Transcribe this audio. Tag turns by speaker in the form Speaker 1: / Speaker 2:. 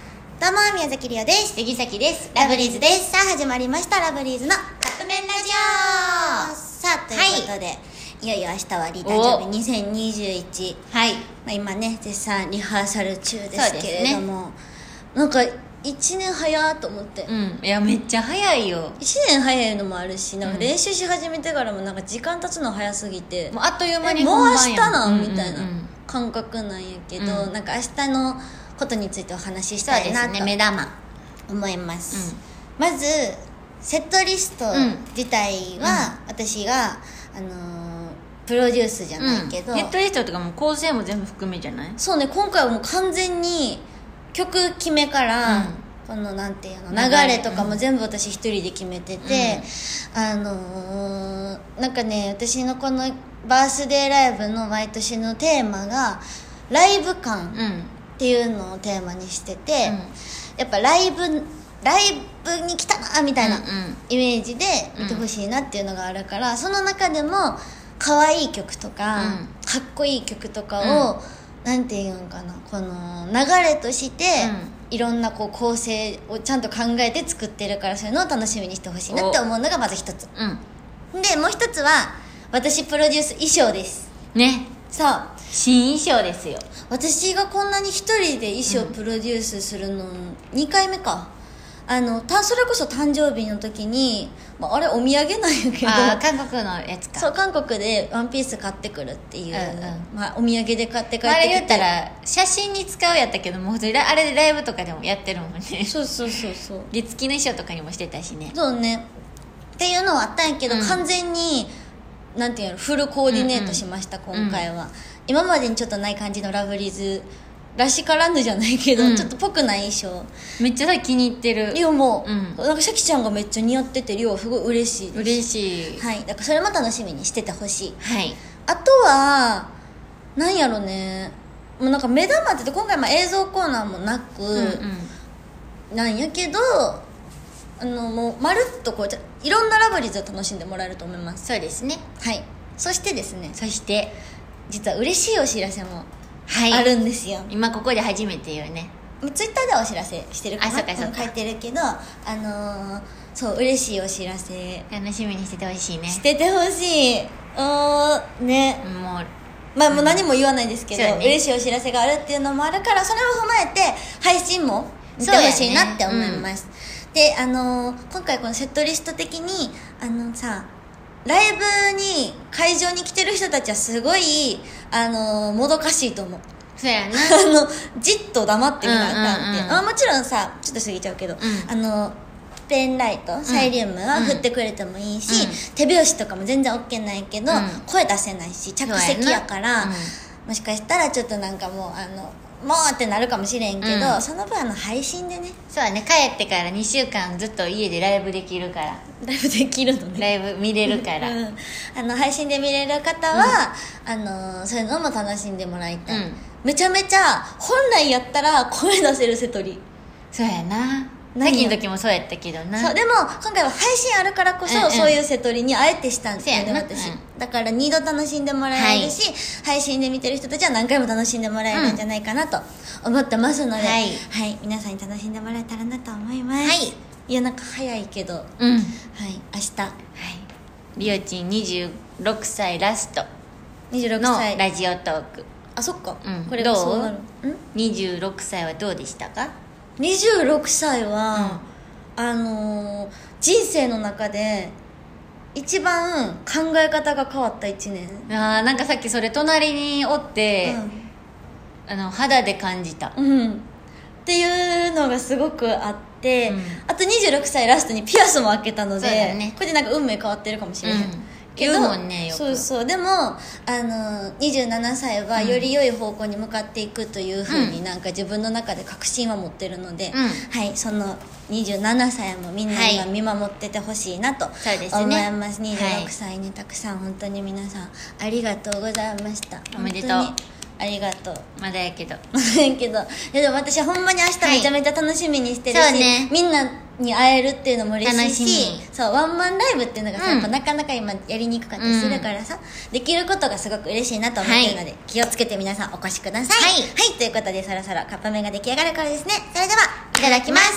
Speaker 1: どうも宮崎りおです
Speaker 2: 杉崎です
Speaker 1: ラブリーズですさあ始まりましたラブリーズのカップ麺ラジオさあということで、い、よいよ明日はリーダー
Speaker 2: お
Speaker 1: ジョブ2021、
Speaker 2: はい
Speaker 1: まあ、今ね絶賛リハーサル中ですけれども、なんか1年早ーと思って、
Speaker 2: うんいやめっちゃ早いよ
Speaker 1: 1年早いのもあるしなん
Speaker 2: う
Speaker 1: か
Speaker 2: ん
Speaker 1: 練習し始めてからもなんか時間経つの早すぎて、
Speaker 2: もうあっという間
Speaker 1: え
Speaker 2: に
Speaker 1: もう
Speaker 2: 本
Speaker 1: 明
Speaker 2: 番
Speaker 1: 日
Speaker 2: やん
Speaker 1: なんみ
Speaker 2: うん
Speaker 1: たいな
Speaker 2: うんうん
Speaker 1: 感覚なんやけど、
Speaker 2: うん
Speaker 1: なんか明日のことについてお話しし
Speaker 2: そ
Speaker 1: た
Speaker 2: う
Speaker 1: い
Speaker 2: で
Speaker 1: な
Speaker 2: すね目
Speaker 1: と
Speaker 2: 玉
Speaker 1: 思います、まずセットリスト
Speaker 2: うん
Speaker 1: 自体は、私が、あのープロデュースじゃないけど、
Speaker 2: ネットリストとかも構成も全部含めじゃない
Speaker 1: そうね今回はもう完全に曲決めから、
Speaker 2: うん
Speaker 1: このなんていうの
Speaker 2: 流
Speaker 1: 流
Speaker 2: れ
Speaker 1: れとかも全部私一人で決めてて、あのーなんかね私のこのバースデーライブの毎年のテーマがライブ感
Speaker 2: うん
Speaker 1: っていうのをテーマにしてて、
Speaker 2: うん
Speaker 1: やっぱライブライブに来たなみたいな
Speaker 2: うん
Speaker 1: イメージで見てほしいなっていうのがあるから、その中でも可愛い曲とか、
Speaker 2: うん
Speaker 1: かっこいい曲とかを、なんていうんかなこの流れとして、いろんなこう構成をちゃんと考えて作ってるからそういうのを楽しみにしてほしいなって思うのがまず一つ
Speaker 2: うんうん
Speaker 1: でもう一つは私プロデュース衣装です
Speaker 2: ね
Speaker 1: そう
Speaker 2: 新衣装ですよ
Speaker 1: 私がこんなに一人で衣装プロデュースするの2回目か、あのたそれこそ誕生日の時に、まあ、あれお土産なんやけど
Speaker 2: あー韓国のやつか
Speaker 1: そう韓国でワンピース買ってくるっていう、
Speaker 2: うん
Speaker 1: まあ、お土産で買って帰ってきて、
Speaker 2: まああれ言ったら写真に使うやったけどもう普通にラあれでライブとかでもやってるもんね
Speaker 1: そうそうそうそう
Speaker 2: 月きの衣装とかにもしてたしね
Speaker 1: そうねっていうのはあったんやけど、
Speaker 2: うん
Speaker 1: 完全になんていうのフルコーディネートしました、
Speaker 2: んうん
Speaker 1: 今回は、今までにちょっとない感じのラブリーズらしからぬじゃないけど、
Speaker 2: うん
Speaker 1: ちょっとぽくない衣装
Speaker 2: めっちゃさ気に入ってる
Speaker 1: リオも、
Speaker 2: うん
Speaker 1: なんかシャキちゃんがめっちゃ似合っててリオはすごい嬉しいです
Speaker 2: 嬉しい
Speaker 1: はいだからそれも楽しみにしててほしい
Speaker 2: はい
Speaker 1: あとはなんやろねもうなんか目玉って言って今回まあ映像コーナーもなく、
Speaker 2: うんうん
Speaker 1: なんやけどあのもうまるっとこうじゃいろんなラブリーズを楽しんでもらえると思います
Speaker 2: そうですね
Speaker 1: はいそしてですね
Speaker 2: そして
Speaker 1: 実は嬉しいお知らせも
Speaker 2: はい
Speaker 1: あるんですよ、
Speaker 2: 今ここで初めて言うね
Speaker 1: ツイッターではお知らせしてるか
Speaker 2: あ
Speaker 1: な
Speaker 2: そうかそうか
Speaker 1: ん書いてるけどあのーそう嬉しいお知らせ
Speaker 2: 楽しみにしててほしいね
Speaker 1: しててほしいおーね
Speaker 2: もう
Speaker 1: まあもう何も言わないですけど、
Speaker 2: そうやね
Speaker 1: 嬉しいお知らせがあるっていうのもあるからそれを踏まえて配信も見てほしいなって思います、であのー今回このセットリスト的にあのさライブに会場に来てる人たちはすごいあのーもどかしいと思う
Speaker 2: そうやな
Speaker 1: あのじっと黙ってみなあかんって、
Speaker 2: うんうんうん
Speaker 1: あもちろんさちょっと過ぎちゃうけど、
Speaker 2: ん
Speaker 1: あのペンライトサイリウムは
Speaker 2: うん
Speaker 1: 振ってくれてもいいし、
Speaker 2: うん
Speaker 1: 手拍子とかも全然 OK ないけど、
Speaker 2: うん
Speaker 1: 声出せないし着席やから
Speaker 2: そうやなうん
Speaker 1: もしかしたらちょっとなんかもうあのもうってなるかもしれんけど、
Speaker 2: うん
Speaker 1: その分あの配信でね
Speaker 2: そうやね帰ってから2週間ずっと家でライブできるから
Speaker 1: ライブできるのね
Speaker 2: ライブ見れるから、
Speaker 1: うん、あの配信で見れる方は、あのそういうのも楽しんでもらいたい、
Speaker 2: うん
Speaker 1: めちゃめちゃ本来やったら声出せる瀬戸り
Speaker 2: そうやな
Speaker 1: 何
Speaker 2: さっ
Speaker 1: を
Speaker 2: きの時もそうやったけどな
Speaker 1: そうでも今回は配信あるからこそ、
Speaker 2: うんうん
Speaker 1: そういう瀬戸りにあえてしたんですよ
Speaker 2: せ
Speaker 1: ね
Speaker 2: やな
Speaker 1: 私、
Speaker 2: う
Speaker 1: だから2度楽しんでもらえるし、配信で見てる人たちは何回も楽しんでもらえるんじゃないかなと思ってますので、
Speaker 2: うんはい
Speaker 1: はい皆さんに楽しんでもらえたらなと思います、
Speaker 2: はい、
Speaker 1: いやなんか早いけどはい
Speaker 2: うんはいりおちん26歳ラスト
Speaker 1: 明日26
Speaker 2: の
Speaker 1: 歳
Speaker 2: ラジオトーク
Speaker 1: あそっか、
Speaker 2: うん
Speaker 1: これがそうなるん
Speaker 2: 26歳はどうでしたか
Speaker 1: 26歳は、あのー人生の中で一番考え方が変わった1年
Speaker 2: あーなんかさっきそれ隣におって、あの肌で感じた
Speaker 1: うん、うんっていうのがすごくあって、
Speaker 2: うん
Speaker 1: あと26歳ラストにピアスも開けたので、
Speaker 2: そうだね
Speaker 1: これでなんか運命変わってるかもしれへん、
Speaker 2: うん
Speaker 1: けど
Speaker 2: 言うもんねよく
Speaker 1: そうそうでもあの27歳は
Speaker 2: うん
Speaker 1: より良い方向に向かっていくというふうに、
Speaker 2: う
Speaker 1: なんか自分の中で確信は持ってるので、
Speaker 2: う
Speaker 1: はいその27歳もみんな
Speaker 2: はい
Speaker 1: 今見守っててほしいなと
Speaker 2: そうです
Speaker 1: 思
Speaker 2: ね
Speaker 1: います,、
Speaker 2: はい
Speaker 1: 26歳にたくさん本当に皆さんありがとうございました
Speaker 2: おめでとう
Speaker 1: 本当にありがとう
Speaker 2: まだやけど
Speaker 1: けどいやでも私はほんまに明日めちゃめちゃ楽しみにしてるし、
Speaker 2: はいそうね
Speaker 1: みんなに会えるっていうのも嬉しいし
Speaker 2: 楽し
Speaker 1: そうワンマンライブっていうのがさ、
Speaker 2: う
Speaker 1: や
Speaker 2: ん
Speaker 1: っぱなかなか今やりにくかったりするからさ、できることがすごく嬉しいなと思ってるので、気をつけて皆さんお越しください
Speaker 2: はい
Speaker 1: ということでそろそろカップ麺が出来上がるからですねそれではただきます